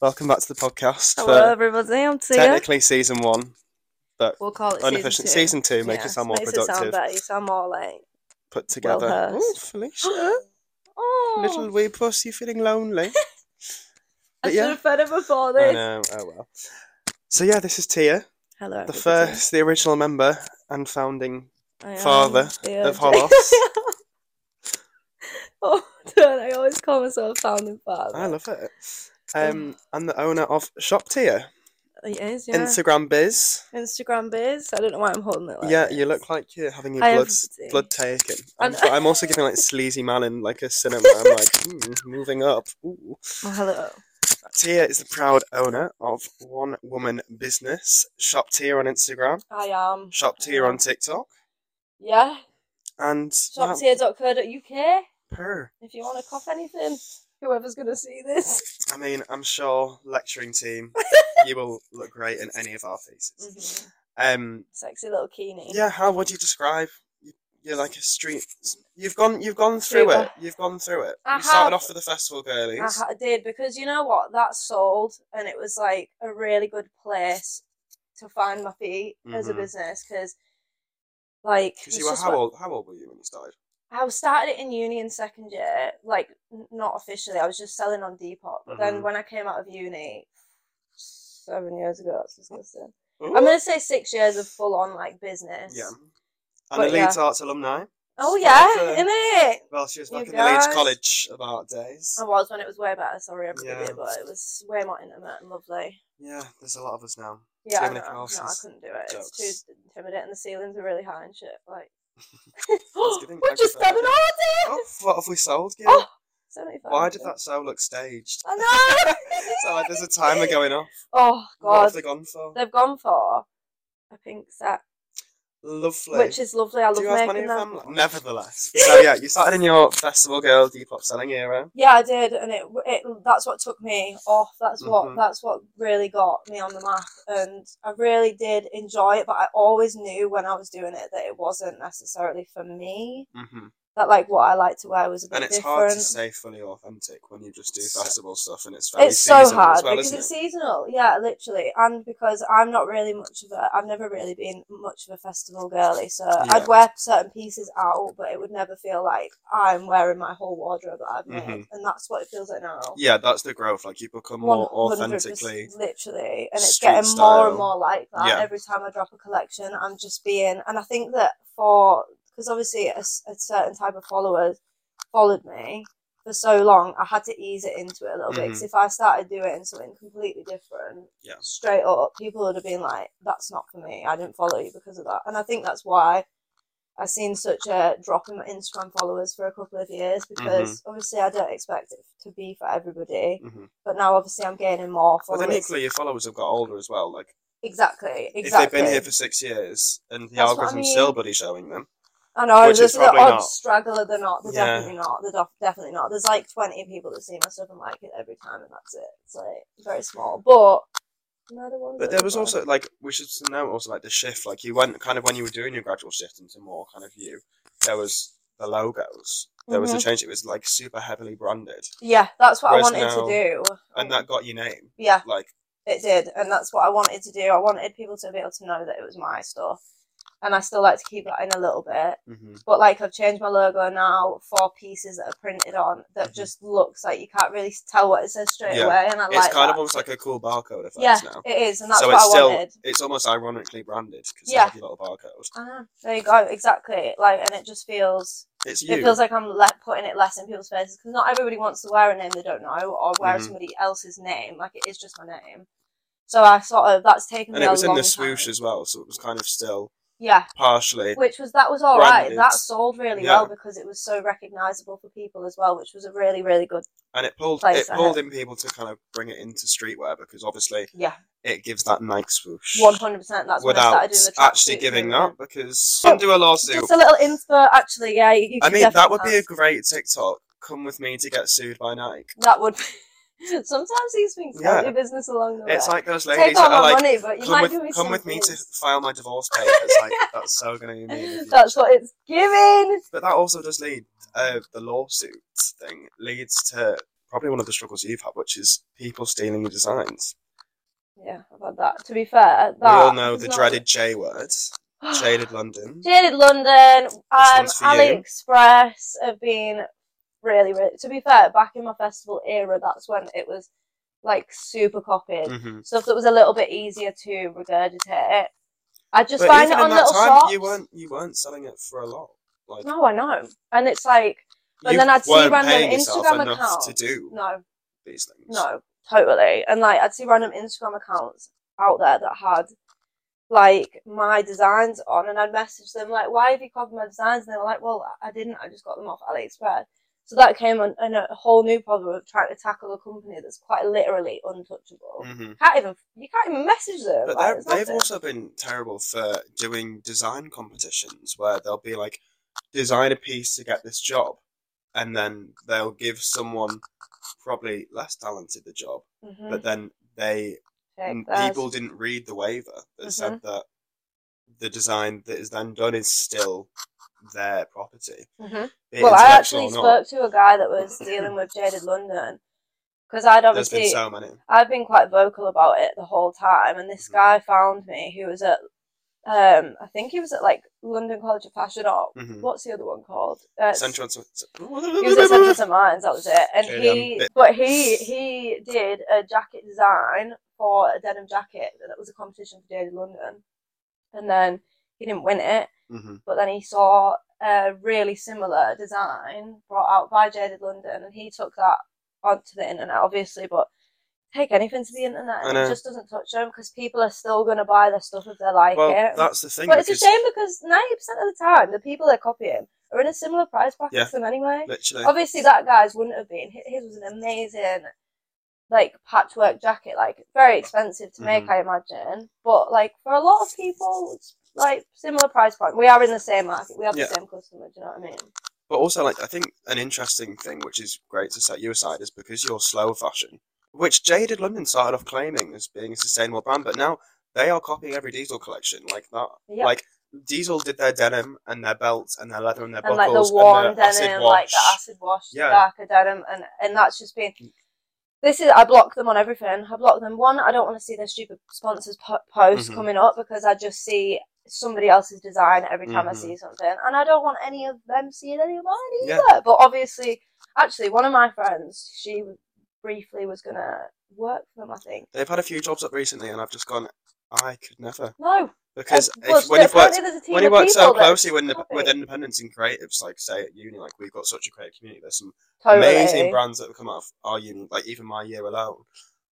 Welcome back to the podcast Hello, for everybody. I'm Tia. technically season one, but We'll call it unofficial. season Season two, two. make Yeah, it sound more makes It sound productive. better. You sound more like Put together. oh, well-versed. Felicia, oh, little wee puss, you feeling lonely? I but yeah. should have fed it before I this. know. Oh well. So yeah, this is Tia, Hello, the everybody. first, the original member and founding. I am father the of OJ. Holos. oh, God, I always call myself founding father. I love it. Um, and the owner of Shop Tia, It is, yeah. Instagram biz. Instagram biz. I don't know why I'm holding it. Like yeah, this. you look like you're having your Hi, blood everybody. blood taken. And- And, but I'm also giving like sleazy man in like a cinema. I'm like mm, moving up. Ooh. Oh, hello. Tia is the proud owner of one woman business, Shop Tia on Instagram, I am. Shop Tia on TikTok, um, Yeah. and wow, Shoptier.co.uk her. if you want to cough anything. Whoever's going to see this. I mean, I'm sure lecturing team, you will look great in any of our faces. Mhm. Um, Sexy little keenie. yeah, how would you describe? you- You're like a street. You've gone. You've gone through Streetwear. it. You've gone through it. I you started have. off with the festival girlies. I ha- did because you know what that sold and it was like a really good place to find my feet as a Mhm. business because like 'Cause it's you were just how what- old? How old were you when you started? I was started it in uni in second year like n- not officially I was just selling on Depop but then Mhm. when I came out of uni seven years ago that's disgusting I'm gonna say six years of full on like business yeah. And but the yeah. Leeds Arts alumni. oh She yeah was, uh, innit? Well, she was You back in the Leeds guys. College of Art days. I was when it was way better sorry I'm yeah. Yeah. but it was way more intimate and lovely Yeah, there's a lot of us now. Yeah, Too I many know. No, I classes. couldn't do it. It's Jokes. too intimidating. The ceilings are really high and shit. Like, giving we've just done an microphone. order. Oh, what have we sold? Yeah. Oh, Seventy-five. Why did that so look staged? I know. so like, there's a timer going off. Oh What have god, they gone for? they've gone for a pink set, Lovely. which is lovely. I love Do you have money making in them. family? Nevertheless. So yeah, you started in your festival girl Depop selling era. Yeah, I did, and it, it that's what took me off. That's what Mhm. that's what really got me on the map, and I really did enjoy it. But I always knew when I was doing it that it wasn't necessarily for me. Mm-hmm. That like what I like to wear was a bit And it's different. hard to stay fully authentic when you just do So- festival stuff and it's very It's so seasonal hard as well, because isn't it's it? seasonal, yeah, literally, and because I'm not really much of a, I've never really been much of a festival girly, so Yeah. I'd wear certain pieces out, but it would never feel like I'm wearing my whole wardrobe that I've made, Mhm. and that's what it feels like now. Yeah, that's the growth. Like you become more 100% authentically. literally, and it's street getting more style. and more like that Yeah. every time I drop a collection. I'm just being, and I think that for because obviously a, s- a certain type of followers followed me for so long, I had to ease it into it a little bit. 'Cause bit. Mm-hmm. Because if I started doing something completely different, Yeah. straight up, people would have been like, "That's not for me. I didn't follow you because of that." And I think that's why. I've seen such a drop in my Instagram followers for a couple of years Mm-hmm. because obviously I don't expect it to be for everybody Mhm. but now obviously I'm gaining more But followers. then equally, your followers have got older as well. Like exactly, exactly. if they've been here for six years and the That's what I algorithm's mean. still bloody showing them. I know which there's is the probably odd not. straggler. They're not. They're Yeah. definitely not. They're def- definitely not. There's like 20 people that see my stuff and like it every time, and that's it. It's like very small, but neither one. But there was also like we should know also like the shift. Like you went kind of when you were doing your gradual shift into more kind of you. There was the logos. There was the Mm-hmm. change. It was like super heavily branded, yeah, that's what I Whereas wanted now- to do. and that got your name. yeah, Like it did, and that's what I wanted to do. I wanted people to be able to know that it was my stuff, and I still like to keep that in a little bit. But like I've changed my logo now for pieces that are printed on that Mhm. just looks like you can't really tell what it says straight Yeah. away, and I it's like kind that. of almost like a cool barcode effect yeah, now. it is, and that's so what it's I still wanted. it's almost ironically branded because Yeah. have your little barcode. Ah, there you go, exactly. Like, and it just feels It's you. it feels like I'm le- putting it less in people's faces because not everybody wants to wear a name they don't know or wear Mhm. somebody else's name. Like it is just my name. So I sort of that's taken and me it a was in long the swoosh time. as well, so it was kind of still Yeah, partially. which was that was all right. Branded. That sold really Yeah. well because it was so recognizable for people as well, which was a really really good. And it pulled Place it I pulled in people to kind of bring it into streetwear because obviously Yeah, it gives that Nike swoosh. one hundred percent. That's when I without started doing the actually tracksuit giving movement. that because undo a lawsuit. Just a little info, actually. Yeah, you, you I could mean, that would definitely be a great TikTok. Come with me to get sued by Nike. That would. Sometimes these things Yeah. help your business along the way. It's like those ladies Take that all my are like, money, but you come might with, give me come some with me to things." file my divorce papers. like that's so gonna be me. in the That's future. what it's giving. But that also does lead uh, the lawsuit thing leads to probably one of the struggles you've had, which is people stealing your designs. Yeah, I've had that. To be fair, that we all know is the not- dreaded J word, jaded London. Jaded London. Um, one's for you? AliExpress have been really, really. To be fair, back in my festival era, that's when it was like super copied hmm stuff that was a little bit easier to regurgitate. I just But find even it on in that little time, shops. you weren't you weren't selling it for a lot. Like No, I know, and it's like, but you then I'd see weren't random paying yourself Instagram enough accounts. to do no, these things. No, totally. And like, I'd see random Instagram accounts out there that had like my designs on, and I'd message them like, "Why have you copied my designs?" And they were like, "Well, I didn't. I just got them off AliExpress." So that came on, on a whole new problem of trying to tackle a company that's quite literally untouchable. Mhm. Can't even you can't even message them. But like, they're- it's they've nothing. also been terrible for doing design competitions where they'll be like, design a piece to get this job, and then they'll give someone probably less talented the job, Mhm. but then they Take n- theirs. people didn't read the waiver that said Mm-hmm. that the design that is then done is still their property. Mhm. be it Well, I intellectual actually or not. spoke to a guy that was dealing with jaded London because I'd There's obviously been so many. I've been quite vocal about it the whole time, and this Mhm. guy found me who was at, um, I think he was at like London College of Fashion or Mhm. what's the other one called? Uh, Central. He was at Central St Martin's. That was it. And Shame, he, bit- but he he did a jacket design for a denim jacket that was a competition for Daily London, and then he didn't win it hmm but then he saw a really similar design brought out by Jaded London, and he took that onto the internet, obviously. But take anything to the internet, I and know. it just doesn't touch them because people are still going to buy their stuff if they like Well, it. that's the thing. but it's a because- shame because ninety percent of the time, the people they're copying are in a similar price bracket Yeah. to them anyway. Literally. Obviously, that guy's wouldn't have been. Hi- His was an amazing, like patchwork jacket, like very expensive to make, I imagine. But like for a lot of people, it's like similar price point. We are in the same market. We have Yeah. the same customer. Do you know what I mean? But also, like, I think an interesting thing, which is great to set you aside, is because you're slow fashion, which Jaded London started off claiming as being a sustainable brand, but now they are copying every Diesel collection like that. Yeah. Like, Diesel did their denim and their belts and their leather and their and like buckles the warm and their acid denim, wash. like the acid wash, Yeah. darker denim, and and that's just been. This is I block them on everything. I block them. One, I don't want to see their stupid sponsors po- posts Mhm. coming up because I just see somebody else's design every time I Mhm. see something, and I don't want any of them seeing any of mine Yeah. either. But obviously, actually, one of my friends, she briefly was gonna work for them. I think They've had a few jobs up recently, and I've just gone, I could never. no, Because uh, well, if, when you've worked apparently there's a team when you of work so people that- closely with, indep- with happy. independents and creatives, like say at uni, like we've got such a creative community. There's some Totally. amazing brands that have come out of our uni, like even my year alone.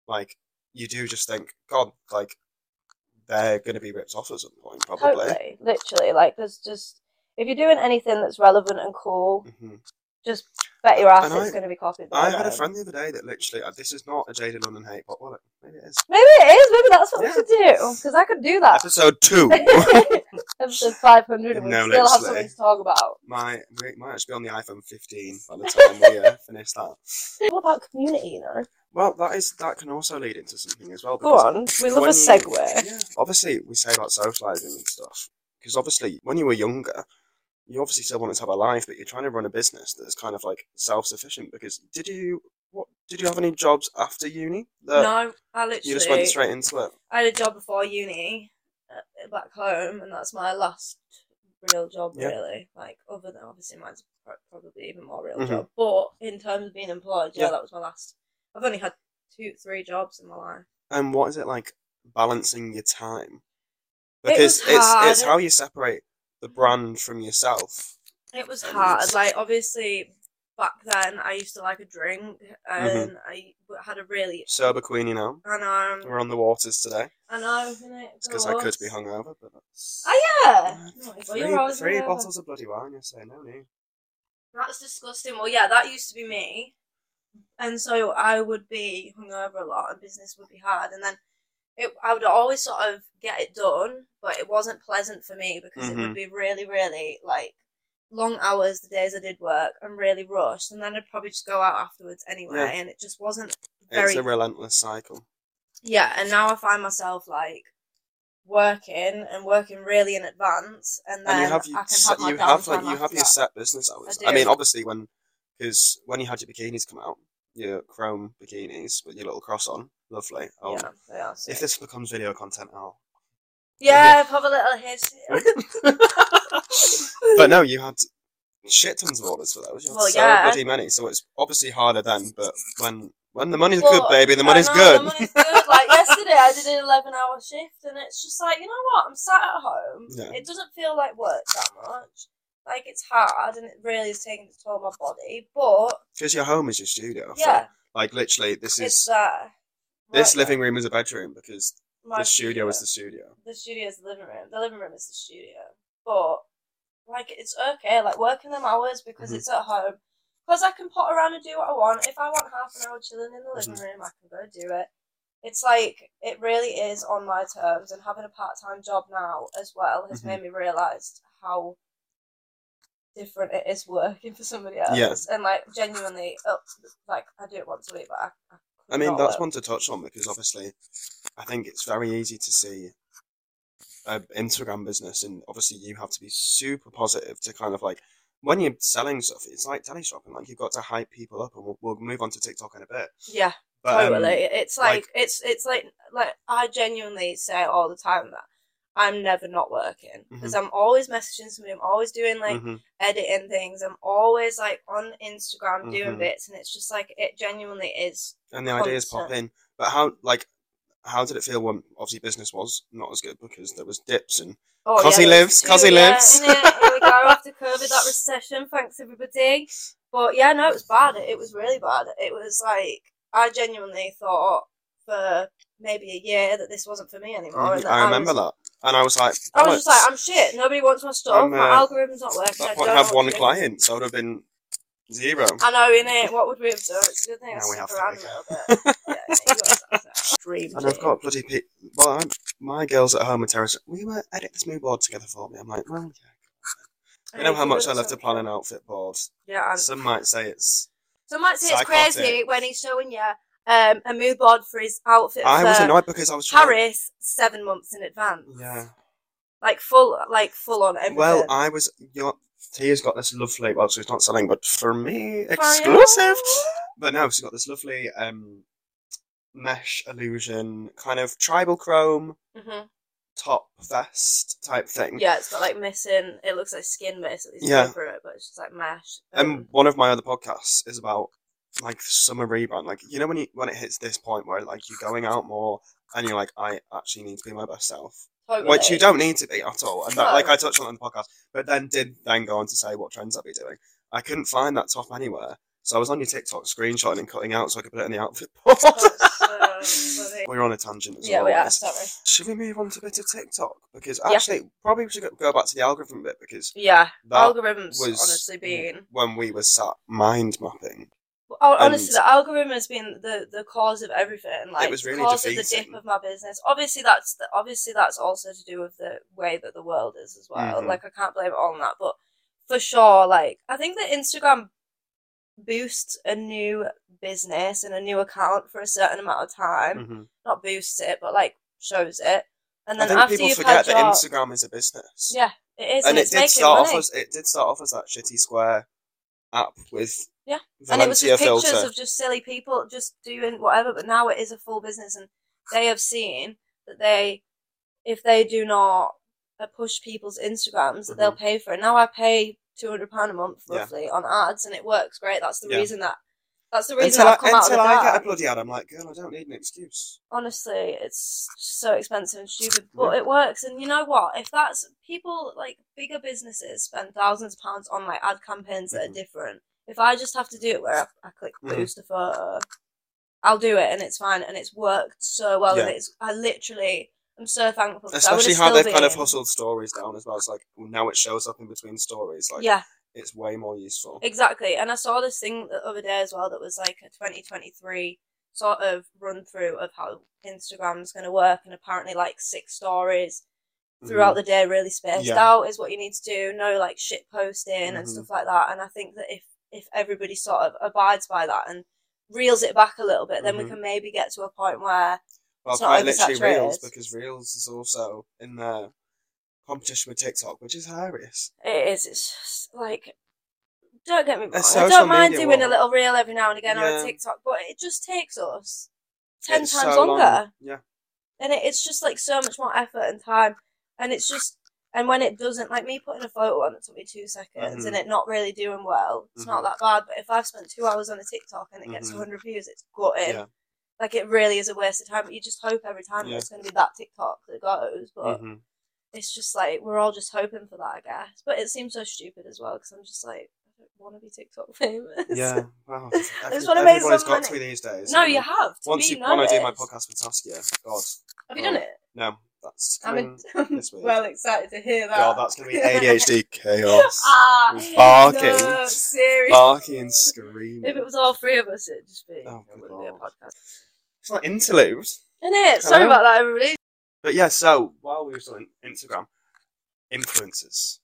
Like you do just think, God, like they're going to be ripped off at some point, probably. Totally, literally, like there's just if you're doing anything that's relevant and cool, hmm just bet your ass And I- it's going to be copied. By I had a them. friend the other day that literally, uh, this is not a Jada London hate, but well, maybe it is. Maybe it is. Maybe that's what Yeah. we should do because I could do that. Episode two. Episode 500, and we No, would still have literally. something to talk about. my we might actually be on the iPhone 15 by the time we uh, finish that. All about community, you know. Well, that is that can also lead into something as well. Go because on, we love a when you- segue. yeah. Obviously, we say about socializing and stuff because obviously, when you were younger, you obviously still wanted to have a life, but you're trying to run a business that's kind of like self-sufficient. Because did you what did you have any jobs after uni? That no, I literally you just went straight into it. I had a job before uni uh, back home, and that's my last real job, Yeah. really. Like, other than obviously mine's pro- probably even more real Mhm. job. But in terms of being employed, yeah, Yeah. that was my last. I've only had two, three jobs in my life. And what is it like balancing your time? It Because was it's it's hard. how you separate the brand from yourself. It was And- hard. Like, obviously, back then I used to like a drink, Mm-hmm. and I had a really. Sober Queen, you know, I know. we're on the waters today. I know. innit? It's because I could be Gross. hungover, but that's. Oh yeah. No, well, Three, you're always three hungover. bottles of bloody wine, you say, no need. That's disgusting. Well, yeah, that used to be me. And so I would be hungover a lot and business would be hard. And then it, I would always sort of get it done, but it wasn't pleasant for me because it would Mhm. be really, really like long hours the days I did work and really rushed. And then I'd probably just go out afterwards anyway. Yeah. And it just wasn't It's very a relentless cycle. yeah, and now I find myself like working and working really in advance, and then and you have I you, can set, have my you have downtime like you after have your that. set business hours. I I, mean, do. obviously when because when you had your bikinis come out, your chrome bikinis with your little cross on. Lovely. I'll, yeah, they are sick. If this becomes video content, oh. I'll. yeah, pop a little hiss. But no, you had shit tons of orders for those. You had Well, so yeah. bloody many, so it's obviously harder then. But when when the money's Well, good, baby, the I money's know, good. The money's good. Like yesterday, I did an eleven-hour shift, and it's just like you know what? I'm sat at home. Yeah. It doesn't feel like work that much. Like it's hard, and it really is taking a toll on my body. But Because your home is your studio. so, yeah, Like literally, this it's is that. this living room is a bedroom because room, the studio is the studio. the studio is the living room. The living room is the studio. But like it's okay, like working them hours because Mhm. it's at home. Because I can pot around and do what I want. If I want half an hour chilling in the living Mhm. room, I can go do it. It's like it really is on my terms, and having a part time job now as well has Mhm. made me realise how different it is working for somebody else. Yeah. And like genuinely, uh, like I do it once a week, but I, I could I mean, not that's work. one to touch on because obviously, I think it's very easy to see an Instagram business, and obviously you have to be super positive to kind of like when you're selling stuff. It's like telly shopping; like you've got to hype people up, and we'll, we'll move on to TikTok in a bit. Yeah. But, um, totally. it's like, like- it's it's like like I genuinely say all the time that I'm never not working Mm-hmm. because I'm always messaging somebody. I'm always doing like mhm. editing things. I'm always like on Instagram doing Mhm. bits, and it's just like it genuinely is. and the ideas pop content. in. But how like how did it feel when obviously business was not as good because there was dips and Oh, Cos he there's lives, two, cos he yeah, lives. innit? Here we go after COVID, that recession. Thanks everybody. But yeah, no, it was bad. It was really bad. It was like I genuinely thought for maybe a year that this wasn't for me anymore. and that Mm-hmm. I remember Oh, was that, and I was like, I was just like, "Bollocks." I'm shit. Nobody wants my stuff. I'm, my uh, algorithm's not working. I That don't point, I have know one what to do. client, so it would have been zero. I know, innit? What would we have done? It's a good thing I Now we have stuck to around a be. little bit. yeah, yeah, you got that. Dream And I've team. got bloody pe- well, I'm, my girls at home are terrorists. We were uh, edit this mood board together for me. I'm like, well, you know need how to much do I love to something. plan an outfit board. Yeah, and Some might say it's. some might say it's Psychotic. crazy when he's showing you um, a mood board for his outfit I for was annoyed because I was trying. Paris seven months in advance. Yeah. like full, like full on everything. Well, I was. Your Tia's got this lovely. Well, she's not selling, but for me, For you. exclusive. But no, she's got this lovely um, mesh illusion kind of tribal chrome Mhm. top vest type thing. Yeah, it's got like missing. It looks like skin basically. It's Yeah. through it, but it's just like mesh. And Um, one of my other podcasts is about like summer rebound. Like you know when you when it hits this point where like you're going out more and you're like, I actually need to be my best self, totally. which you don't need to be at all. And that, like No. I touched on it on the podcast, but then did then go on to say what trends I'd be doing. I couldn't find that top anywhere, so I was on your TikTok screenshotting and cutting out so I could put it in the outfit board. Oh, so funny. We're on a tangent as yeah, we always. are. Sorry. Should we move on to a bit of TikTok? Because Yeah. actually, probably we should go- go back to the algorithm bit because Yeah, that algorithms was- honestly been when we were sat mind mapping, oh, honestly and- the algorithm has been the the cause of everything. Like was the really cause of the defeating. dip of my business. Obviously, that's the, obviously that's also to do with the way that the world is as well. Mhm. Like I can't blame it all on that, but for sure, like I think that Instagram boosts a new business and a new account for a certain amount of time. Not boosts it, but like shows it. And Mm. I then think after people you've forget had that your, Instagram is a business. yeah, it is, and it it's did making start money. off as it did start off as that shitty square app with Yeah. and it was Valencia just pictures filter. of just silly people just doing whatever. But now it is a full business, and they have seen that they, if they do not uh, push people's Instagrams, that they'll pay for it. Now I pay two hundred pound a month Mm-hmm. Yeah. roughly on ads, and it works great. That's the Yeah. reason that that's the reason until I, I've come out of the until I get a dark. bloody ad, I'm like, girl, I don't need an excuse. Honestly, it's so expensive and stupid, but it works. And you know what? If that's people like bigger businesses spend thousands of pounds on like ad campaigns that are Mhm. different. If I just have to do it where I, I click Mhm. boost a photo, I'll do it and it's fine and it's worked so well. And Yeah. it's I literally I'm so thankful. for that. I would Especially have how still they've kind of been- hustled stories down as well. It's like now it shows up in between stories. Like Yeah, it's way more useful. exactly. And I saw this thing the other day as well that was like a 2023 sort of run through of how Instagram's going to work and apparently like six stories Mm-hmm. throughout the day really spaced Yeah. out is what you need to do no like shit posting and Mhm. stuff like that and i think that if if everybody sort of abides by that and reels it back a little bit then we Mhm. can maybe get to a point where well, it's not quite literally oversaturated. reels because reels is also in the competition with TikTok, which is hilarious. it is it's just like don't get me wrong. It's I social don't mind media doing a world. little reel every now and again Yeah. on TikTok, but it just takes us ten It's times so long. longer, Yeah. and it, it's just like so much more effort and time. And it's just, and when it doesn't, like me putting a photo on that took me two seconds, Mm-hmm. and it not really doing well, it's not Mhm. that bad. But if I've spent two hours on a TikTok and it gets Mhm. a hundred views, it's gutting. Yeah. Like it really is a waste of time. But you just hope every time Yeah. it's going to be that TikTok that goes, but hmm it's just like we're all just hoping for that, I guess. But it seems so stupid as well because I'm just like, I don't want to be TikTok famous. Yeah. Wow. I just Every, wanna make everybody's some got to money. these days. No, I mean, you have. To Once be you, when I do my noticed. podcast with Saskia, God, Have you done it? no, that's I'm, coming. in- mm, this week. well excited to hear that. God, that's gonna be ADHD chaos. ah, We're barking. No, seriously. Barking and screaming. If it was all three of us, it'd just be, Oh, it good wouldn't be a lord. podcast. it's like interlude. Isn't it? Sorry Hello? about that, everybody. But yeah, so while we were still on Instagram, influencers.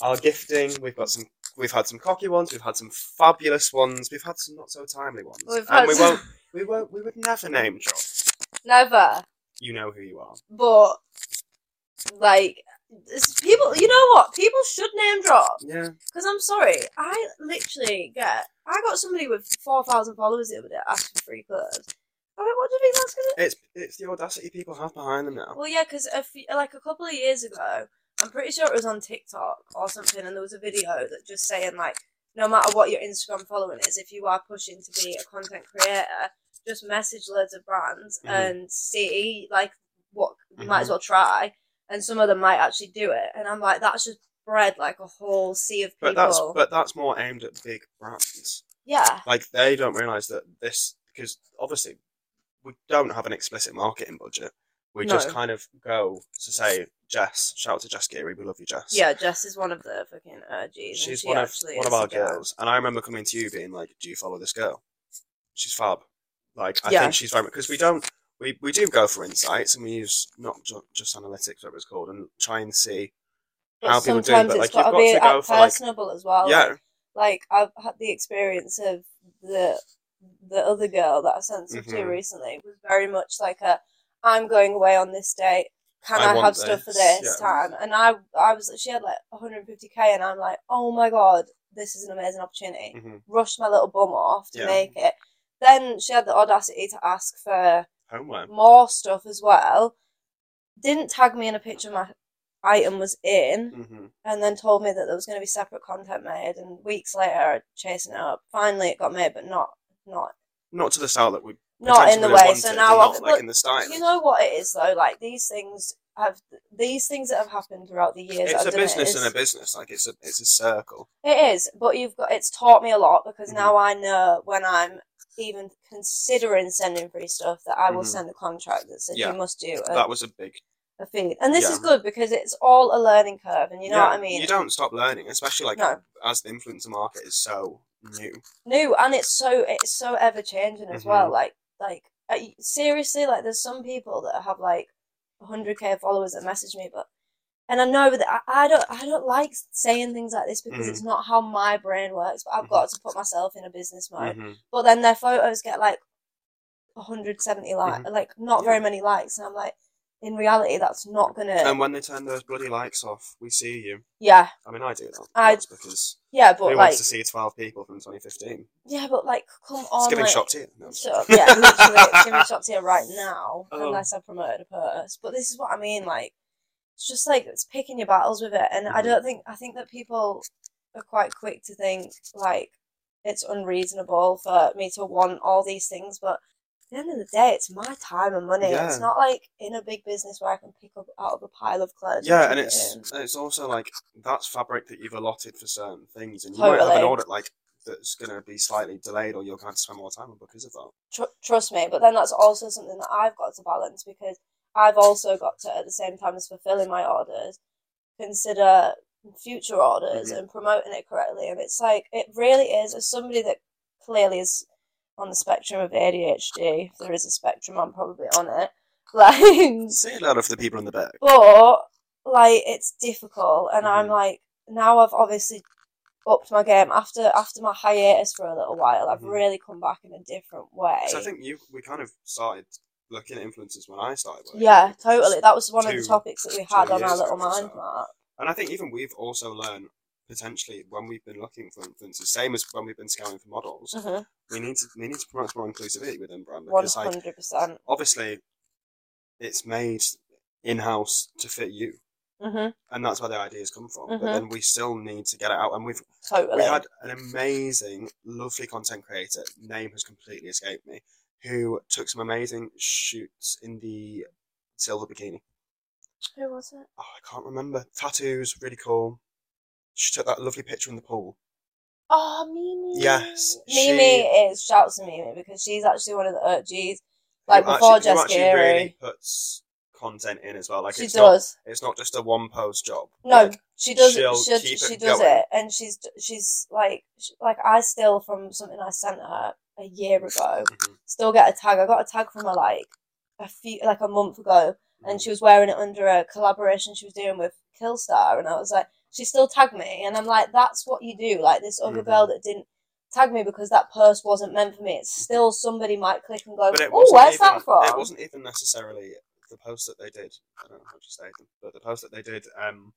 Our gifting, we've got some we've had some cocky ones, we've had some fabulous ones, we've had some not so timely ones. We've and had we some- won't we won't we would never name drop. Never. You know who you are. But, like, it's people, you know what? People should name drop. Yeah. Because I'm sorry, I literally get. I got somebody with 4,000 followers the other day asking for free clothes. I went, what do you think that's going It's it's the audacity people have behind them to. now. Well, yeah, because like a couple of years ago, I'm pretty sure it was on TikTok or something, and there was a video that just saying, like, no matter what your Instagram following is, if you are pushing to be a content creator, just message loads of brands Mhm. and see, like, what you Mm-hmm. might as well try. And some of them might actually do it. And I'm like, that's just bred like a whole sea of people. But that's but that's more aimed at big brands. yeah. Like they don't realise that this because obviously we don't have an explicit marketing budget. We just No. kind of go to say Jess, shout out to Jess Geary, we love you, Jess. Yeah, Jess is one of the fucking urges. She's she one of actually one is of our the girl. girls, and I remember coming to you being like, "Do you follow this girl? She's fab." Like I Yeah. think she's very because we don't we, we do go for insights and we use not ju- just analytics, whatever it's called, and try and see. But how people do, sometimes but, like, it's you've gotta got be to go uh, for, like- personable as well. yeah, Like, like, I've had the experience of the the other girl that I sent stuff to Mhm. recently was very much like a I'm going away on this date. Can I I, want have stuff for this, this yeah. time? And I I was she had like 150k and I'm like, "Oh my god, this is an amazing opportunity." mhm. Rushed my little bum off to Yeah. make it. Then she had the audacity to ask for homeware. more stuff as well. Didn't tag me in a picture my item was in, hmm and then told me that there was going to be separate content made. And weeks later, chasing it up, finally it got made, but not not Not to the style that we not in potentially the way. wanted, So but now, not I've, like but in the style. you know what it is though. Like these things have these things that have happened throughout the years. it's that a I've done it business is- and a business. Like it's a it's a circle. It is, but you've got it's taught me a lot because Mhm. now I know when I'm even considering sending free stuff that I will Mhm. send a contract that says Yeah. you must do a That was a big. a feed. And this Yeah. is good because it's all a learning curve, and you know yeah, what I mean? You don't stop learning, especially like No. as the influencer market is so new. New, and it's so it's so ever changing as Mhm. well. Like like I- seriously, like there's some people that have like 100k followers that message me, but and I know that I, I don't I don't like saying things like this because Mhm. it's not how my brain works. But I've Mhm. got to put myself in a business mode. Mhm. But then their photos get like 170 likes, like not Mm-hmm. Yeah. very many likes, and I'm like, in reality, that's not gonna. And when they turn those bloody likes off, we see you. yeah, I mean, I do that. I- That's because yeah, who but like, wants to see 12 people from 2015? yeah, but like, come It's on, giving like, shot to you. No, I'm So joking. yeah, literally it's giving shots here right now, Oh. unless I promoted a purse. But this is what I mean, like it's just like it's picking your battles with it. And I Mhm. don't think I think that people are quite quick to think like it's unreasonable for me to want all these things, but at the end of the day, it's my time and money. Yeah. It's not like in a big business where I can pick up out of a pile of clothes. Yeah, chuck and it it's in. and it's also like that's fabric that you've allotted for certain things, and you might have an Totally. order like that's going to be slightly delayed, or you're going to spend more time on because of that. tr- trust me. But then that's also something that I've got to balance because I've also got to, at the same time as fulfilling my orders, consider future orders Mhm. and promoting it correctly. And it's like, it really is, as somebody that clearly is on the spectrum of ADHD, if there is a spectrum, I'm probably on it. Like, Say a lot of the people in the back. but like it's difficult and i'm Mhm. like now i've obviously upped my game after after my hiatus for a little while i've Mhm. really come back in a different way So I think you we kind of started looking at influences when I started. Working. yeah totally that was one of the two- topics that we had two on our years little ago, mind so. map and I think even we've also learned potentially when we've been looking for influencers, same as when we've been scouting for models, Mm. Mm-hmm. we need to we need to promote more inclusivity within brand One because like hundred percent. obviously it's made in house to fit you. Mm-hmm. And that's where the ideas come from. But Mhm. then we still need to get it out and we've Totally. we had an amazing, lovely content creator, name has completely escaped me, who took some amazing shoots in the silver bikini. Who was it? Oh, I can't remember. Tattoos, really cool. She took that lovely picture in the pool. Oh, Mimi. Yes, Mimi she- is shouts to Mimi because she's actually one of the OGs. Like Who before actually, who Jessica actually Eri. really puts content in as well. Like she it's not does. it's not just a one post job. No, Like, she does. she'll She keep she it does going. it, and she's she's like sh like I still from something I sent her a year ago mhm, still get a tag. I got a tag from her like a few like a month ago, mm-hmm. and she was wearing it under a collaboration she was doing with Killstar, and I was like, she still tagged me, and I'm like, that's what you do. Like this other Mhm. girl that didn't tag me because that purse wasn't meant for me. It's still somebody might click and go, But it oh, wasn't where's even, that from? It wasn't even necessarily the post that they did. I don't know how to say them, but the post that they did um,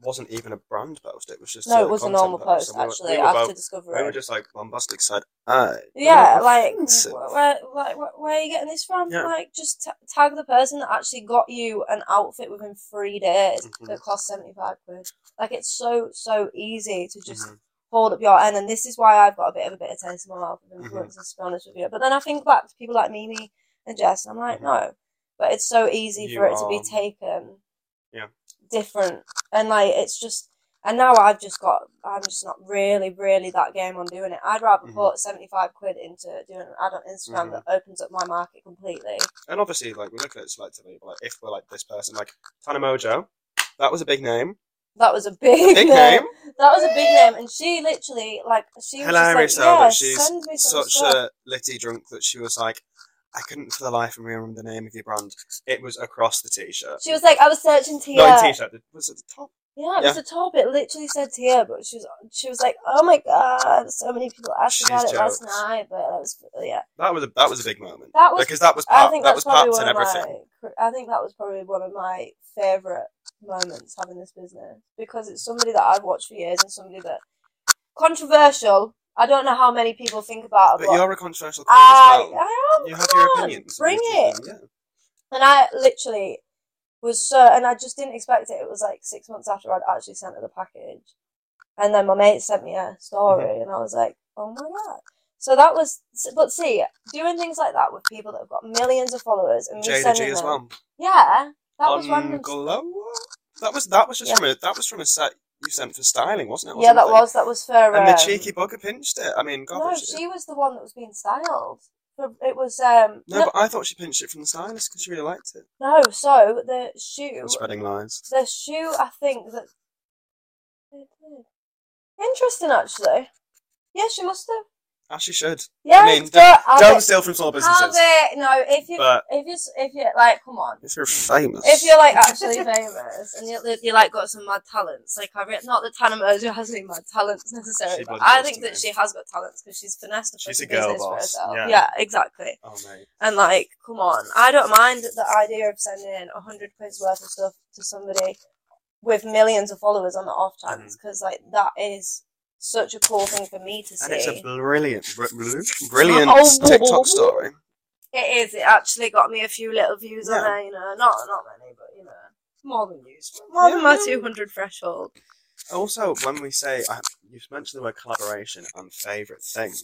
wasn't even a brand post. It was just no, a it was a content normal post and we were- actually. We were, after both, we discovering, were just like bombastic side eye. Yeah, like offensive. wh- where, like wh- where are you getting this from? Yeah. Like, just t- tag the person that actually got you an outfit within three days Mhm. that cost seventy five quid. Like, it's so so easy to just Mhm. hold up your end, and this is why I've got a bit of a bit of taste in my mouth with Mhm. influencers. To be honest with you, but then I think back to people like Mimi and Jess, and I'm like, Mhm. no, but it's so easy You for it to be are- taken. Yeah. Different, and like it's just and now I've just got, I'm just not really, really that game on doing it. I'd rather Mhm. put 75 quid into doing an ad on Instagram that Mm-hmm. opens up my market completely. And obviously, like we look at it selectively, but like if we're like this person, like Tana Mojo, that was a big name. That was a big, Big name. name. That was a big name. And she literally, like, she was Hilarious just like, though yeah, that she's send me some such stuff. a litty drunk that she was like, I couldn't for the life of me remember the name of your brand. It was across the t-shirt. She was like, I was searching Tia. Not in t-shirt. Was it the top? Yeah, it was a top. It literally said Tia, but she was, she was like, oh my god, so many people asked She's about it last jokes. night, but that was, yeah. That was a that was a big moment. That was because that was I Pat, think that was that's probably Pat's one and of everything. my. I think that was probably one of my favorite moments having this business because it's somebody that I've watched for years and somebody that controversial. I don't know how many people think about But it, but you're a controversial queen I, as well. I am. you have come your on, opinions. Bring it. Yeah. And I literally was so, and I just didn't expect it. It was like six months after I'd actually sent her the package, and then my mate sent me a story, Mm-hmm. and I was like, "Oh my god!" So that was, but see, doing things like that with people that have got millions of followers and me Jada sending G as them- well. Yeah, that was On random. Um, Glow? That was that was just Yeah. from a that was from a set you sent for styling, wasn't it? or Yeah, that something? was that was for. And the um, cheeky bugger pinched it. I mean, God, No, what she did. she was the one that was being styled. It was um No, no, but I thought she pinched it from the stylist because she really liked it. no so the shoe I'm spreading lies. the shoe I think that interesting actually. Yeah, she must have. As she should. Yeah, I mean, but have Don't it- steal from small have businesses. it. No, if you But- if you if you like, come on. If you're famous. If you're like actually famous and you're, you're like got some mad talents, like I've written, not that Tana Mojo has any mad talents necessarily, She but bloody I does think to that me. she has got talents because she's finessed the She's a fucking girl business for boss, herself. yeah. yeah, exactly. Oh, mate. And like, come on, I don't mind the idea of sending in a hundred quid's worth of stuff to somebody with millions of followers on the off Mm. chance because like that is such a cool thing for me to see. And it's a brilliant, br- br- brilliant Oh. TikTok story. It is. It actually got me a few little views on Yeah. there. You know, not not many, but you know, more than usual, more than my Yeah. two hundred threshold. Also, when we say I, you've mentioned the word collaboration and favorite thing,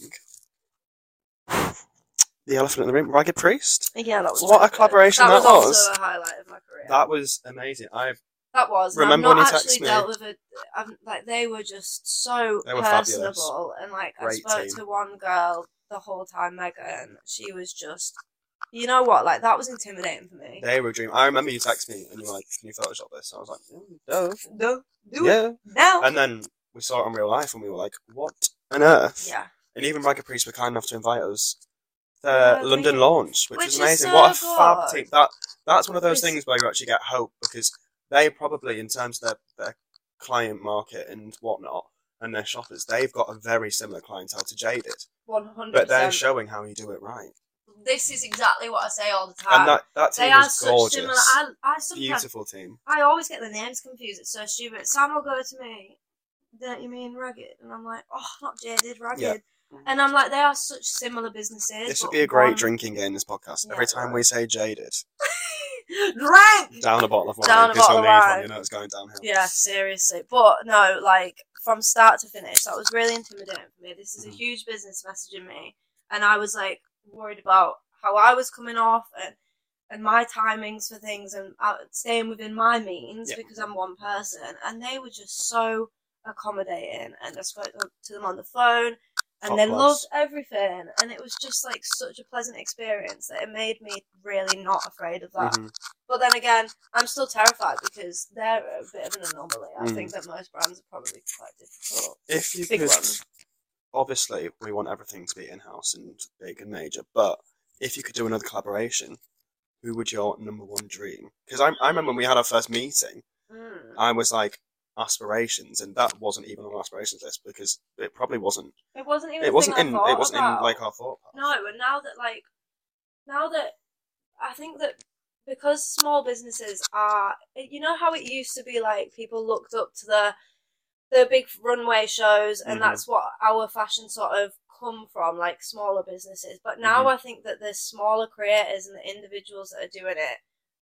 the elephant in the room, Ragged Priest. Yeah, that was What a really good. collaboration That, that was, was. also a highlight of my career. That, That was amazing. I was. and Remember I've when not he texted actually me? dealt with it. I'm, like they were just so They were fabulous. personable, and like I Great spoke team. to one girl the whole time, Megan. She was just, you know what? Like that was intimidating for me. they were a dream. I remember you texted me and you were like, "Can you Photoshop this?" And I was like, "Mm, "Duh, Do, do it yeah." now. And then we saw it in real life and we were like, "What on earth?" yeah. And even Ragged Priest were kind enough to invite us. The Yeah, London Oh, brilliant. launch, which, Which was is amazing. so what a fab good. team. That that's one of those It's- things where you actually get hope because they probably, in terms of their, their client market and whatnot, and their shoppers, they've got a very similar clientele to Jade did. One hundred But they're percent. showing how you do it right, This is exactly what I say all the time. and that that team They are is such gorgeous, similar. I, I sometimes beautiful team. I always get the names confused. It's so stupid. Sam will go to me. Dirty Me and Ragged, and I'm like, oh, not Jaded, Ragged. Yeah. And I'm like, they are such similar businesses. This but would be a great one- drinking game. This podcast. Yeah, Every time we say jaded, Drink! down a bottle of wine. Down a because bottle you'll of need one, wine. You know it's going downhill. Yeah, seriously. But no, like from start to finish, that was really intimidating for me. This is a Mhm. huge business messaging me, and I was like worried about how I was coming off and and my timings for things and uh, staying within my means Yeah. because I'm one person. And they were just so accommodating, and I spoke to them on the phone. And Top they class. loved everything, and it was just like such a pleasant experience that it made me really not afraid of that. Mhm. But then again, I'm still terrified because they're a bit of an anomaly. I Mm. think that most brands are probably quite difficult. If you Big could, one. obviously, we want everything to be in house and big and major. But if you could do another collaboration, who would your number one dream? Because I, I remember when we had our first meeting, Mm. I was like aspirations, and that wasn't even on our aspirations list because it probably wasn't. It wasn't even. It wasn't a thing in. I thought It wasn't about. in like our thought. path. No, and now that like, now that I think that because small businesses are, you know how it used to be like people looked up to the the big runway shows, and Mhm. that's what our fashion sort of come from, like smaller businesses. But now I think that the smaller creators and the individuals that are doing it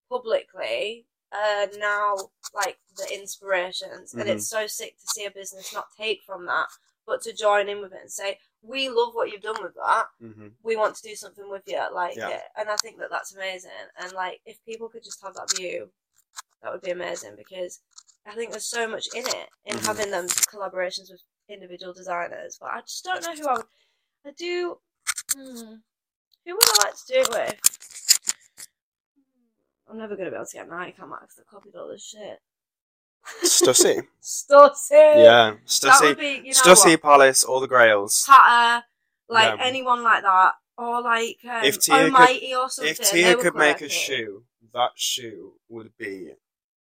publicly are now like the inspirations, and Mhm. it's so sick to see a business not take from that, but to join in with it and say. We love what you've done with that hmm we want to do something with you like Yeah. it. and i think that that's amazing and like if people could just have that view that would be amazing because i think there's so much in it in Mhm. having them collaborations with individual designers but i just don't know who i would i do hmm, who would i like to do it with i'm never going to be able to get nike am i because i copied all this shit Stussy. stussy yeah, that Stussy. would be you know Stussy what? Palace, all the Grails. Tata, like Yeah. anyone like that, or like um, If Tia could- Almighty or something. If they Tia were could make a quirky. shoe, that shoe would be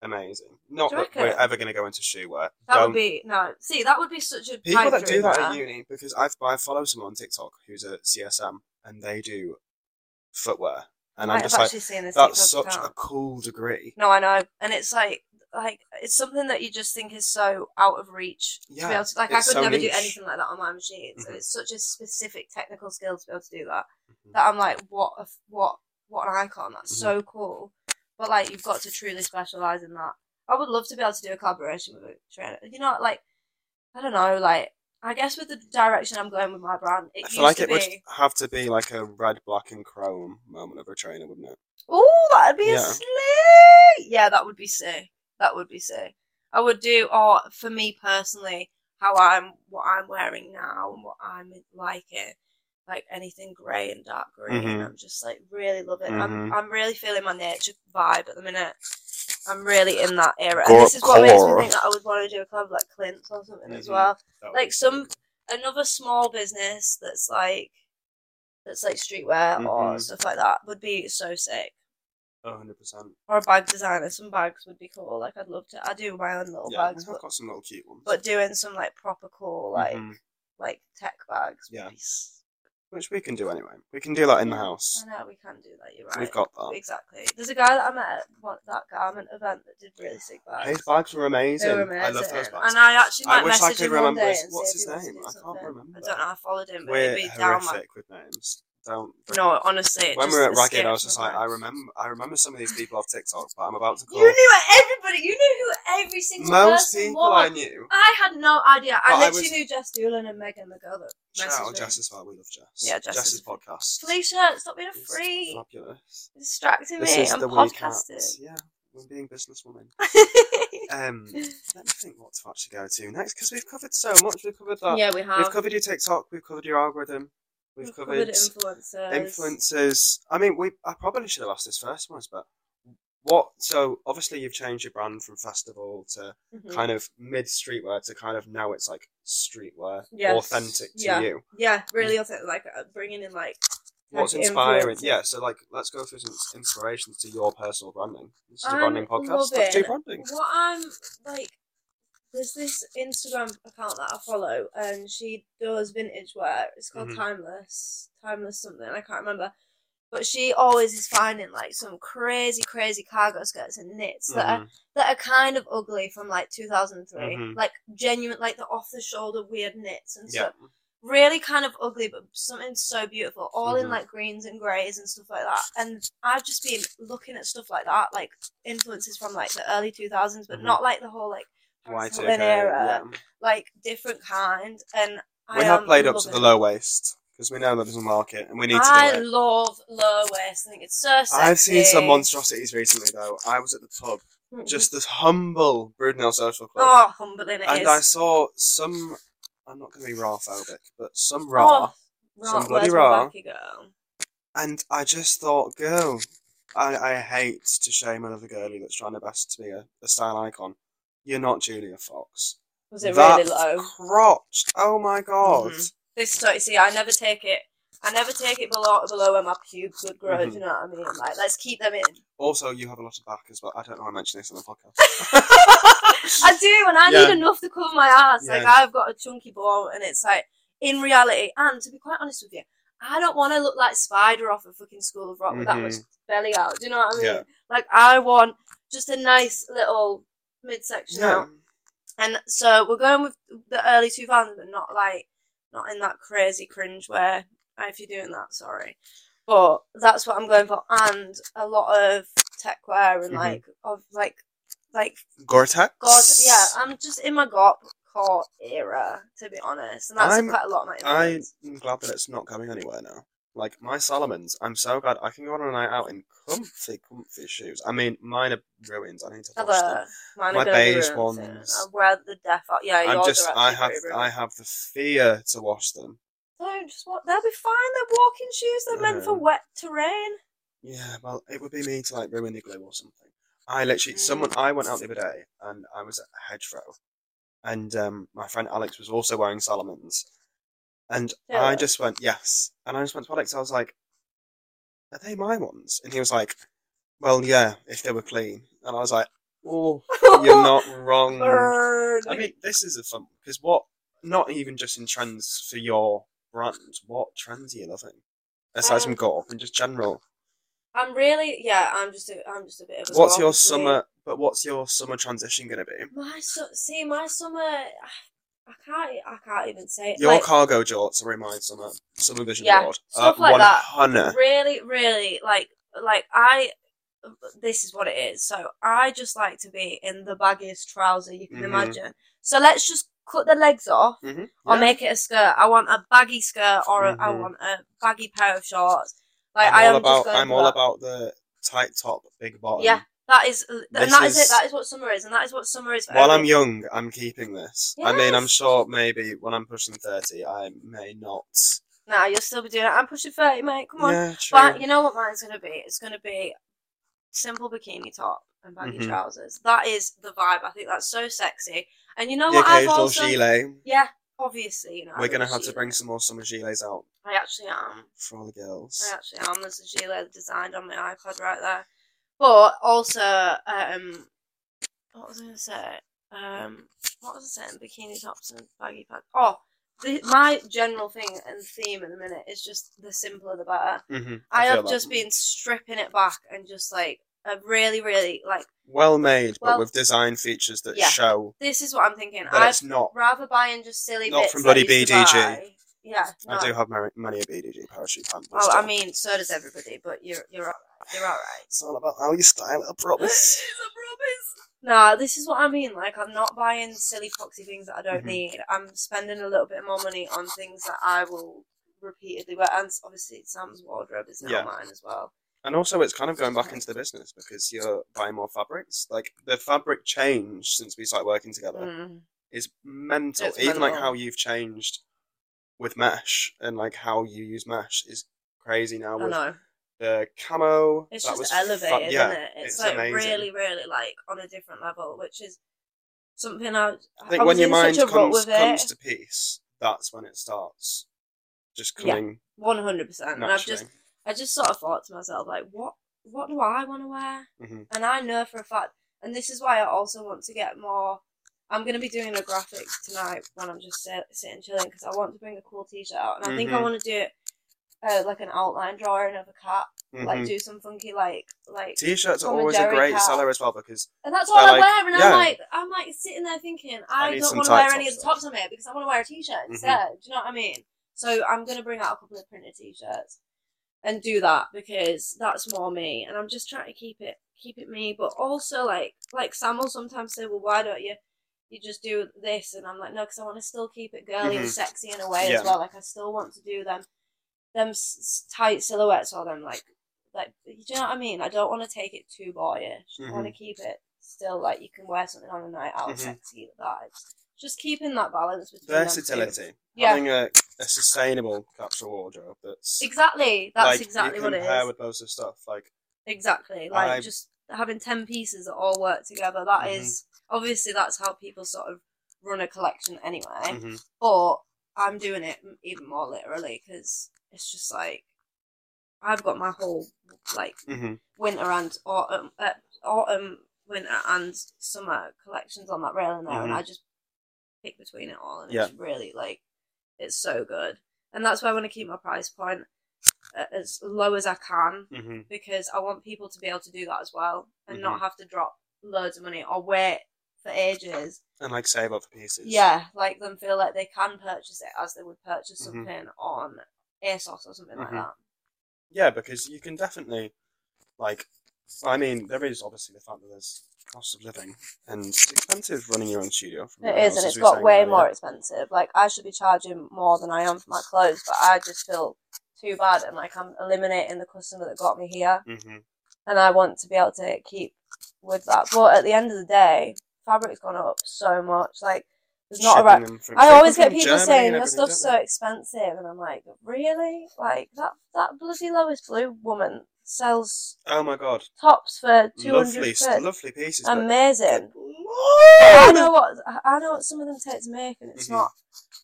amazing. Not Do you that we're reckon? ever going to go into shoe wear. that Don't- would be no. See, that would be such a people pipe that do dream, that huh? at uni because I've I follow someone on TikTok who's a CSM and they do footwear, and I'm Like, just I've like actually seen this. that's TikTok such a account. cool degree. No, I know, and it's like like it's something that you just think is so out of reach to be Yeah, able to like I it's could so never niche. do anything like that on my machines, Mhm. and it's such a specific technical skill to be able to do that. Mhm. That I'm like, what a f what what an icon! That's Mm-hmm. so cool. But like, you've got to truly specialize in that. I would love to be able to do a collaboration with a trainer. You know, like I don't know, like I guess with the direction I'm going with my brand, it I used feel like to it be. would have to be like a red, black, and chrome moment of a trainer, wouldn't it? Oh, that'd be a Yeah. slay! Yeah, that would be sick. That would be sick. I would do, or for me personally, how I'm, what I'm wearing now and what I'm liking, like anything grey and dark green. Mhm. I'm just like really loving. I'm, Mhm. I'm really feeling my nature vibe at the minute. I'm really in that era. Go- and this is what makes me core. think that I would want to do a club like Clint's or something as Mhm. well That would like be some another small business that's like that's like streetwear or Mhm. stuff like that would be so sick. cool. 100%. Or a bag designer, some bags would be cool. Like I'd love to. I do my own little Yeah, bags, I've but, got some little cute ones. but doing some like proper cool like Mhm. like tech bags. would Yeah. be s- Which we can do anyway. We can do that in the Yeah. house. I know we can do that. You're right. We've got that. exactly. There's a guy that I met at one, that garment event that did really sick bags. His bags were amazing. They were amazing. I love those bags. And I actually I might wish I message could him one remember day his- and what's see his if he wants to name? do I can't something. remember. I don't know. I followed him, but We're it'd be down my horrific with names. Don't. No, honestly, it when we just were at escaped Ragged, I was just my like, I mind. remember, I remember some of these people off TikTok, but I'm about to call You knew everybody. You knew who every single most person people was. I knew. I had no idea. I But I literally was- knew Jess Doolin and Megan, the girl that Shout messaged out me. Jess as well. We love Jess. Yeah, Jess Jess's is- podcast. Felicia, stop being a is freak. Fabulous. You're Distracting This me. is I'm the week at- podcasting. Yeah, we're being businesswomen. Um, let me think what to actually go to next because we've covered so much. We've covered that. yeah, we have. We've covered your TikTok. We've covered your algorithm. We've, We've covered, influencers. influencers. I mean, we. I probably should have asked this first, once, but what? So obviously, you've changed your brand from festival to Mhm. kind of mid streetwear to kind of now it's like streetwear, Yes. authentic to Yeah. you. Yeah, really authentic. Like uh, bringing in like What's Like inspiring? influencers. Yeah, so like, let's go through some inspirations to your personal branding. This is a I'm branding podcast. Let's do loving branding. What I'm like, there's this Instagram account that I follow, and she does vintage wear. It's called Mhm. Timeless, Timeless something. I can't remember. But she always is finding like some crazy, crazy cargo skirts and knits that are Mhm. that are kind of ugly from like 2003, Mhm. like genuine, like the off the shoulder weird knits and Yeah. stuff. Really kind of ugly, but something so beautiful, all in Mhm. like greens and greys and stuff like that. And I've just been looking at stuff like that, like influences from like the early 2000s, but Mhm. not like the whole like Paris Y2K. Hilton era, Yeah. like different kind. And I We have am played up to loving the it. low waist because we know there's a market and we need to do I it. love low waist. I think it's so sexy. Hmm. I've seen some monstrosities recently though. I was at the pub, just this humble Brudnell Social Club, oh, humbling it is. and I saw some. I'm not going to be raw phobic, but some raw, Oh, raw, some bloody where's my raw. backy girl? and I just thought, girl, I, I hate to shame another girlie that's trying her best to be a, a style icon. You're not Julia Fox. Was it that really low? Crotch. Oh my god. Mhm. This so you see, I never take it. I never take it below below where my pubes would grow. Mm-hmm. Do you know what I mean? Like, let's keep them in. Also, you have a lot of back as well. I don't know. I mentioned this on the podcast. I do, and I Yeah. need enough to cover my ass. Like, Yeah. I've got a chunky ball, and it's like in reality. And to be quite honest with you, I don't want to look like Spider off of fucking School of Rock with that Mhm. much belly out. Do you know what I mean? Yeah. Like, I want just a nice little midsection out. yeah. And so we're going with the early 2000s, but not like, not in that crazy cringe where, "Oh, if you're doing that, sorry. But that's what I'm going for. And a lot of tech wear and Mhm. like, of like, like, Gore-Tex. God, yeah, I'm just in my got core era, to be honest. And that's I'm- quite a lot of my I'm influence. glad that it's not going anywhere now. Like my Solomons, I'm so glad I can go on a night out in comfy, comfy shoes. I mean, mine are ruined. I need to wash them. Other, mine My are gonna be beige ruined soon. ones. I wear the death out. Yeah, I'm yours just, are I actually have, pretty I ruined. have the fear to wash them. Don't just what they'll be fine. They're walking shoes. They're meant for Mhm. wet terrain. Yeah, well, it would be me to like ruin the glue or something. I literally, someone, I went out the other day and I was at Hedgerow, and um, my friend Alex was also wearing Solomons, and I Really? just went yes, and I just went to Alex. I was like, "Are they my ones?" And he was like, "Well, yeah, if they were clean." And I was like, "Oh, you're not wrong." Burn. I mean, this is a fun because what? Not even just in trends for your brand. What trends are you loving? Aside from Um, golf and just general. I'm really yeah. I'm just a, I'm just a bit of a. What's your golfer, really. summer? But what's your summer transition going to be? My su- see my summer. I can't I can't even say it. Your like, cargo jorts are in my summer summer vision Yeah, board. Uh, stuff like that. 100. really really like like I. This is what it is. So I just like to be in the baggiest trouser you can Mhm. imagine. So let's just cut the legs off Mhm, or yeah. make it a skirt. I want a baggy skirt or a, I Mhm. want a baggy pair of shorts. Like I'm I all am about. just going I'm for all that. about the tight top, big bottom. Yeah, that is, and This that is, is- it. That is what summer is, and that is what summer is. For While I'm every- young, I'm keeping this. I mean, I'm um, Yes. sure maybe when I'm pushing thirty, I may not. nah, you'll still be doing it. I'm pushing thirty, mate. Come on. Yeah, true. but you know what mine's gonna be? It's gonna be simple bikini top and baggy Mhm. trousers. That is the vibe. I think that's so sexy. And you know the what? I've occasional also, gilet. yeah, obviously, you know, I We're gonna love have to gilet. bring some more summer gilets out I actually um, am. for all the girls. I actually am. There's a gilet designed on my iPod right there. But also, um, what was I gonna say? Um, what was I saying? Bikini tops and baggy pants. Oh, the, my general thing and theme at the minute is just the simpler the better. hmm I, have just been stripping it back and just like a really, really like well made, but Well- with design features that Yeah. show this is what I'm thinking. that I'd it's not. rather buying just silly Not bits from that I bloody used to BDG. buy. Yeah, no. I do have many, many a BDG parachute pants. Well, I mean, so does everybody, but you're you're all right. you're all right. it's all about how you style it. I promise. Nah, this is what I mean. Like, I'm not buying silly foxy things that I don't Mhm. need. I'm spending a little bit more money on things that I will repeatedly wear. And s- obviously, Sam's wardrobe is now Yeah. mine as well. and also, it's kind of going back into the business because you're buying more fabrics. Like the fabric change since we started working together Mm. is mental. It's Even like mental. how you've changed with mesh and like how you use mesh is crazy now I with know. the camo. It's that just was fu- elevated, yeah, isn't it? It's, it's like amazing. really, really like on a different level, which is something I, I think I when was your in mind such a rut comes, with comes it. to peace, that's when it starts just Yeah, coming One hundred percent. And I've naturally. just I just sort of thought to myself, like, what what do I want to wear? Mhm. And I know for a fact, and this is why I also want to get more. I'm going to be doing a graphic tonight when I'm just sit, sitting chilling because I want to bring a cool t shirt out. And I think I Mhm. want to do it uh, like an outline drawing of a cat, like Mhm. do some funky like like. T-shirts are Tom and always a Jerry great cat. seller as well because And that's They're all I like, wear, and yeah. I'm like, I'm like sitting there thinking, I I, need don't some want to wear tight any of the tops tops on it because I want to wear a t-shirt Mhm. instead. Do you know what I mean? So I'm gonna bring out a couple of printed t-shirts and do that because that's more me, and I'm just trying to keep it keep it me. But also like like Sam will sometimes say, well, why don't you you just do this? And I'm like, no, because I want to still keep it girly Mhm. and sexy in a way Yeah. as well. Like I still want to do them them s- s- tight silhouettes or them like like do you know what I mean? I don't want to take it too boyish. I want to keep it still like you can wear something on a night out Mhm. sexy vibes. Just keeping that balance between them two. versatility, Yeah. having a, a sustainable capsule wardrobe that's Exactly. That's like, exactly you what can it pair is. with loads of stuff. Like Exactly. Like I- just having ten pieces that all work together. That is Mhm. obviously that's how people sort of run a collection anyway. mhm. But I'm doing it m- even more literally because it's just like I've got my whole like Mhm. winter and autumn, uh, autumn, winter and summer collections on that rail in there, and Mhm. I just pick between it all, and Yeah. it's really like it's so good, and that's why I want to keep my price point a- as low as I can Mhm. because I want people to be able to do that as well and not have to drop loads of money or wait for ages. and like save up the pieces. Yeah, like them feel like they can purchase it as they would purchase Mhm. something on ASOS or something like Mhm. that. Yeah, because you can definitely, like, I mean, there is obviously the fact that there's cost of living and it's expensive running your own studio. From your It is, house, as and it's we were got saying way earlier. more expensive. Like I should be charging more than I am for my clothes, but I just feel too bad, and like I'm eliminating the customer that got me here, Mhm. and I want to be able to keep with that. But at the end of the day, fabric's gone up so much. Like there's not a Shipping right. them from- I shipping always from get people Germany and saying your everything, stuff's don't so expensive, and I'm like, really? Like that that bloody Lois Blue woman sells they? Oh my god, tops for two lovely, hundred s- quid. lovely pieces. but- Amazing. I Lord! know what I- I know what some of them take to make, and it's Mhm. not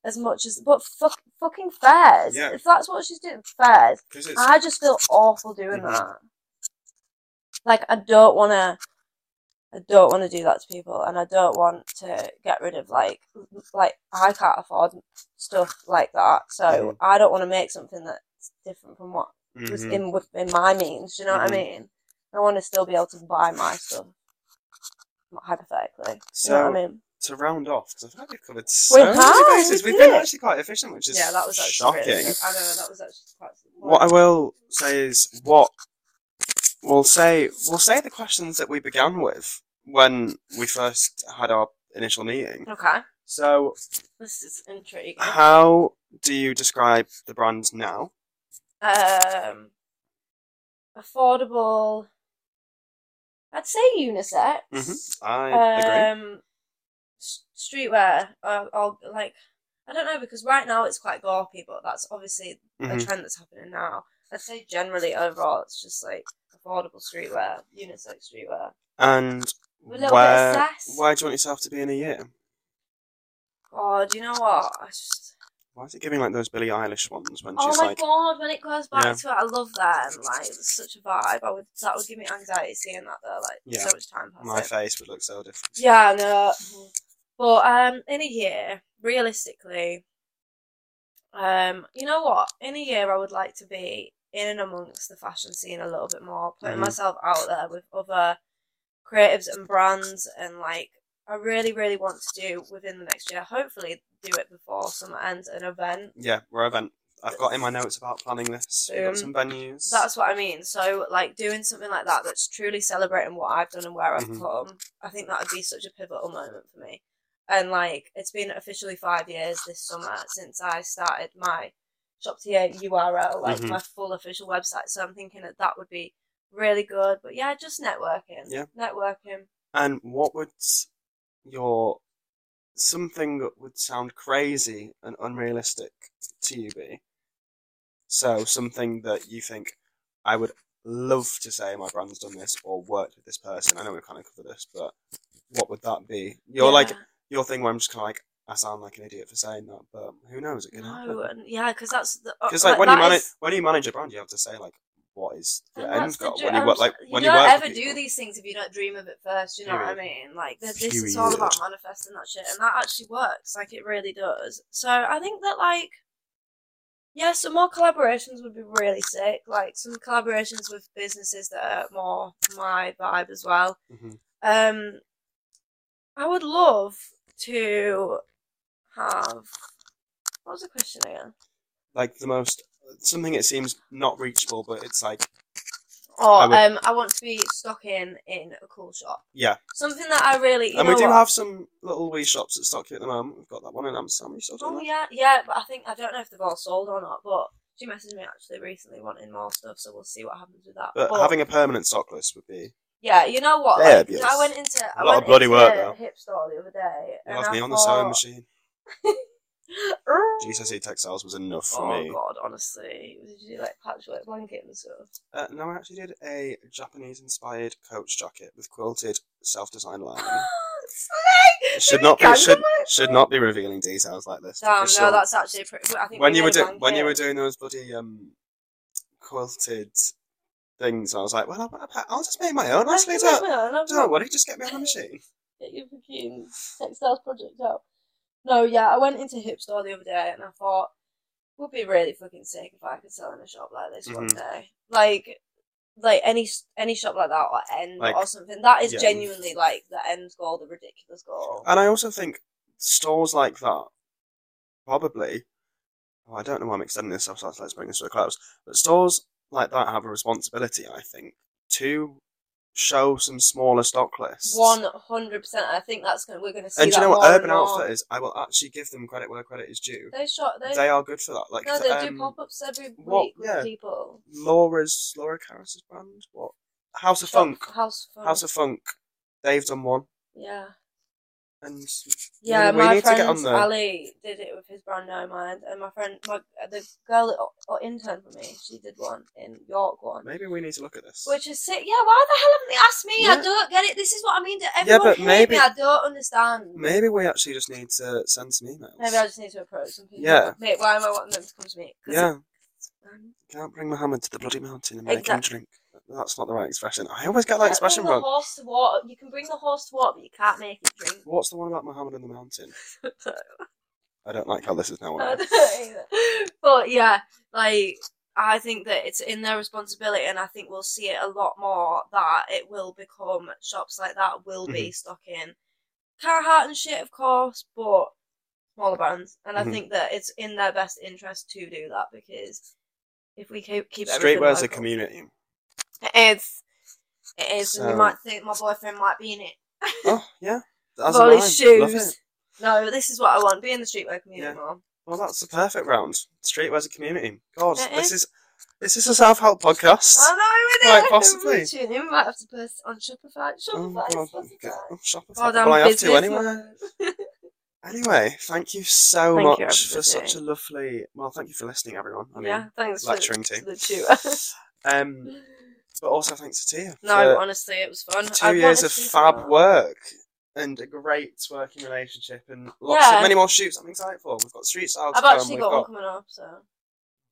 as much as. But fuck, fucking fairs. Yeah. If that's what she's doing, fairs. 'Cause it's- I just feel awful doing Mhm. that. Like I don't want to. I don't want to do that to people, and I don't want to get rid of like like I can't afford stuff like that. So Mhm. I don't want to make something that's different from what was Mhm. in with in my means. Do you know Mhm. what I mean? I want to still be able to buy my stuff, hypothetically. So, you know what I mean? to round off, because I feel like we've covered so many have, we bases. We've did been it. actually quite efficient, which is yeah, that was actually shocking. really good. I know that was actually quite. What I will say is what we'll say we'll say the questions that we began with when we first had our initial meeting. Okay, So this is intriguing. how do you describe the brand now? Um, affordable. I'd say unisex. Mhm. I agree. Um, s- streetwear, or, or like I don't know because right now it's quite gawpy, but that's obviously a Mhm. trend that's happening now. I'd say generally overall, it's just like affordable streetwear, unisex streetwear. And With a little bit of where sass. where do you want yourself to be in a year? Oh, do you know what? I just Why is it giving like those Billie Eilish ones when Oh she's my like god, when it goes back Yeah. to it, I love that. And, like, it's such a vibe. I would that would give me anxiety seeing that though. Like, Yeah. so much time passes. my face would look so different? yeah, no. uh, But um, in a year, realistically, um, you know what? In a year, I would like to be in and amongst the fashion scene a little bit more, putting Mhm. myself out there with other creatives and brands, and like, I really, really want to do within the next year. Hopefully, do it before summer ends, an event Yeah, we're event. I've got in my notes about planning this. We've got Boom. some venues. Um, That's what I mean. So, like, doing something like that that's truly celebrating what I've done and where I've Mhm. come, I think that would be such a pivotal moment for me. And, like, it's been officially five years this summer since I started my Shop Tier URL, like, Mhm. my full official website. So, I'm thinking that that would be really good. But yeah, just networking. Yeah. Networking. And what would your something that would sound crazy and unrealistic to you be? So something that you think I would love to say my brand's done this or worked with this person. I know we've kind of covered this, but what would that be? You're like Yeah. your thing where I'm just kind of like I sound like an idiot for saying that, but who knows? It could No, happen. and yeah, because that's the. uh, Because like, when you that manage is- when you manage a brand, you have to say like what is And your that's end the goal dr- when you I'm work s- like when you, don't work ever with do people. these things if you don't dream of it first. You know what I mean? Like th- this is Period. all about manifesting that shit, and that actually works. Like it really does. So I think that like Yeah, some more collaborations would be really sick. Like some collaborations with businesses that are more my vibe as well. Mhm. Um, I would love to have. What was the question again? Like the most something it seems not reachable, but it's like Oh, I would- um, I want to be stocking in a cool shop. yeah. Something that I really. You and we know do what? have some little wee shops at Stockview at the moment. We've got that one in Amsterdam. Are you still doing Oh that? yeah, yeah, but I think I don't know if they've all sold or not. But she messaged me actually recently wanting more stuff, so we'll see what happens with that. But having a permanent stock list would be yeah, you know what? Yeah, Like, yes. I went into I A lot of went bloody into work, though. Hip store the other day. you and have I me on the thought, sewing machine. GCSE E textiles was enough for Oh me. god, honestly, did you do like patchwork blanket and stuff? Uh, no, I actually did a Japanese-inspired coach jacket with quilted self-designed lining. Snake! Um, should not be Kangaroo! should, should not be revealing details like this. Damn, because no, she'll- that's actually pretty. I think when we you were made a doing when you were blanket. doing those bloody um quilted things, I was like, well, I'll, I'll just make my own. I Honestly, can don't, make my own, I've got- don't worry, just get me on the machine. get your fucking textiles project out. No, yeah, I went into Hip Store the other day and I thought would be really fucking sick if I could sell in a shop like this one Mhm. day. Like, like any s- any shop like that or end Like, or something. That is yeah. Uh, genuinely like the end goal, the ridiculous goal. And I also think stores like that probably. Well, I don't know why I'm extending this, so let's let's bring this to a close. But stores like that have a responsibility, I think, to show some smaller stock lists. One hundred percent. I think that's gonna we're gonna see. and do that you know what more Urban and more. Outfitters? I will actually give them credit where credit is due. They shot. They, They are good for that. Like no, they do um, pop ups every week what- with yeah. people. Laura's Laura Carris's brand. What House of Shop- Funk? House of Funk. House of Funk. They've done one, yeah. and Yeah, we my need to friend get on the- Ali did it with his brand No Mind, and my friend, my the girl that o- o- interned for me, she did one in York one, maybe we need to look at this. which is sick. Yeah, why the hell haven't they asked me? I Yeah. don't get it. This is what I mean. that Yeah, Everyone but hate maybe- me. I don't understand. Maybe, Maybe we actually just need to send some emails. I just need to approach some people. Yeah. Mate, why am I wanting them to come to me? 'Cause yeah, it's fun. can't bring Mohammed to the bloody mountain and make Exact- him drink. That's not the right expression. I always get Can't that expression bring the wrong. horse to water. You can bring the horse to water, but you can't make it drink. What's the one about Mohammed and the mountain? I don't like how this is now. I on. don't either. Uh, But yeah, like I think that it's in their responsibility, and I think we'll see it a lot more. That it will become shops like that will Mm-hmm. be stocking Carhartt and shit, of course, but smaller brands. And I Mhm. think that it's in their best interest to do that because if we keep keep everything Streetwear's a local- community. it's it is, and So- you might think my boyfriend might be in it. Oh yeah, that's All his Love shoes. it. No, this is what I want. Be in the streetwear Yeah. community more. Well, that's the perfect round. Streetwear's a community. God, It this is this is a self-help podcast. Ah. I know, Quite innit? possibly. Oh Really Tune in, might have to post it on Shopify. Shopify, God. Spotify. Oh, Shopify. God, I'm well, I have to business anyway. woman. Anyway, thank you so Thank you, much for everybody. such a lovely. Well, thank you for listening, everyone. I mean, yeah, thanks for, lecturing to team. the tutor. Um, but also thanks to Tia. Mm. no, for honestly, it was fun. two I years wanted of to do fab more. work and a great working relationship and lots Yeah. of many more shoots. I'm excited for. We've got street style. I've to come, actually um, we've got, one got. coming up, so.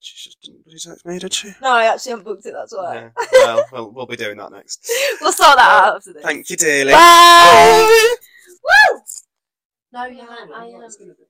She just didn't really text me, did she? No, I actually haven't booked it, that's why. Yeah. well, well, we'll be doing that next. We'll sort that out after this. Thank you, dearly. Bye! Woo! No, yeah, Oh, I um, am.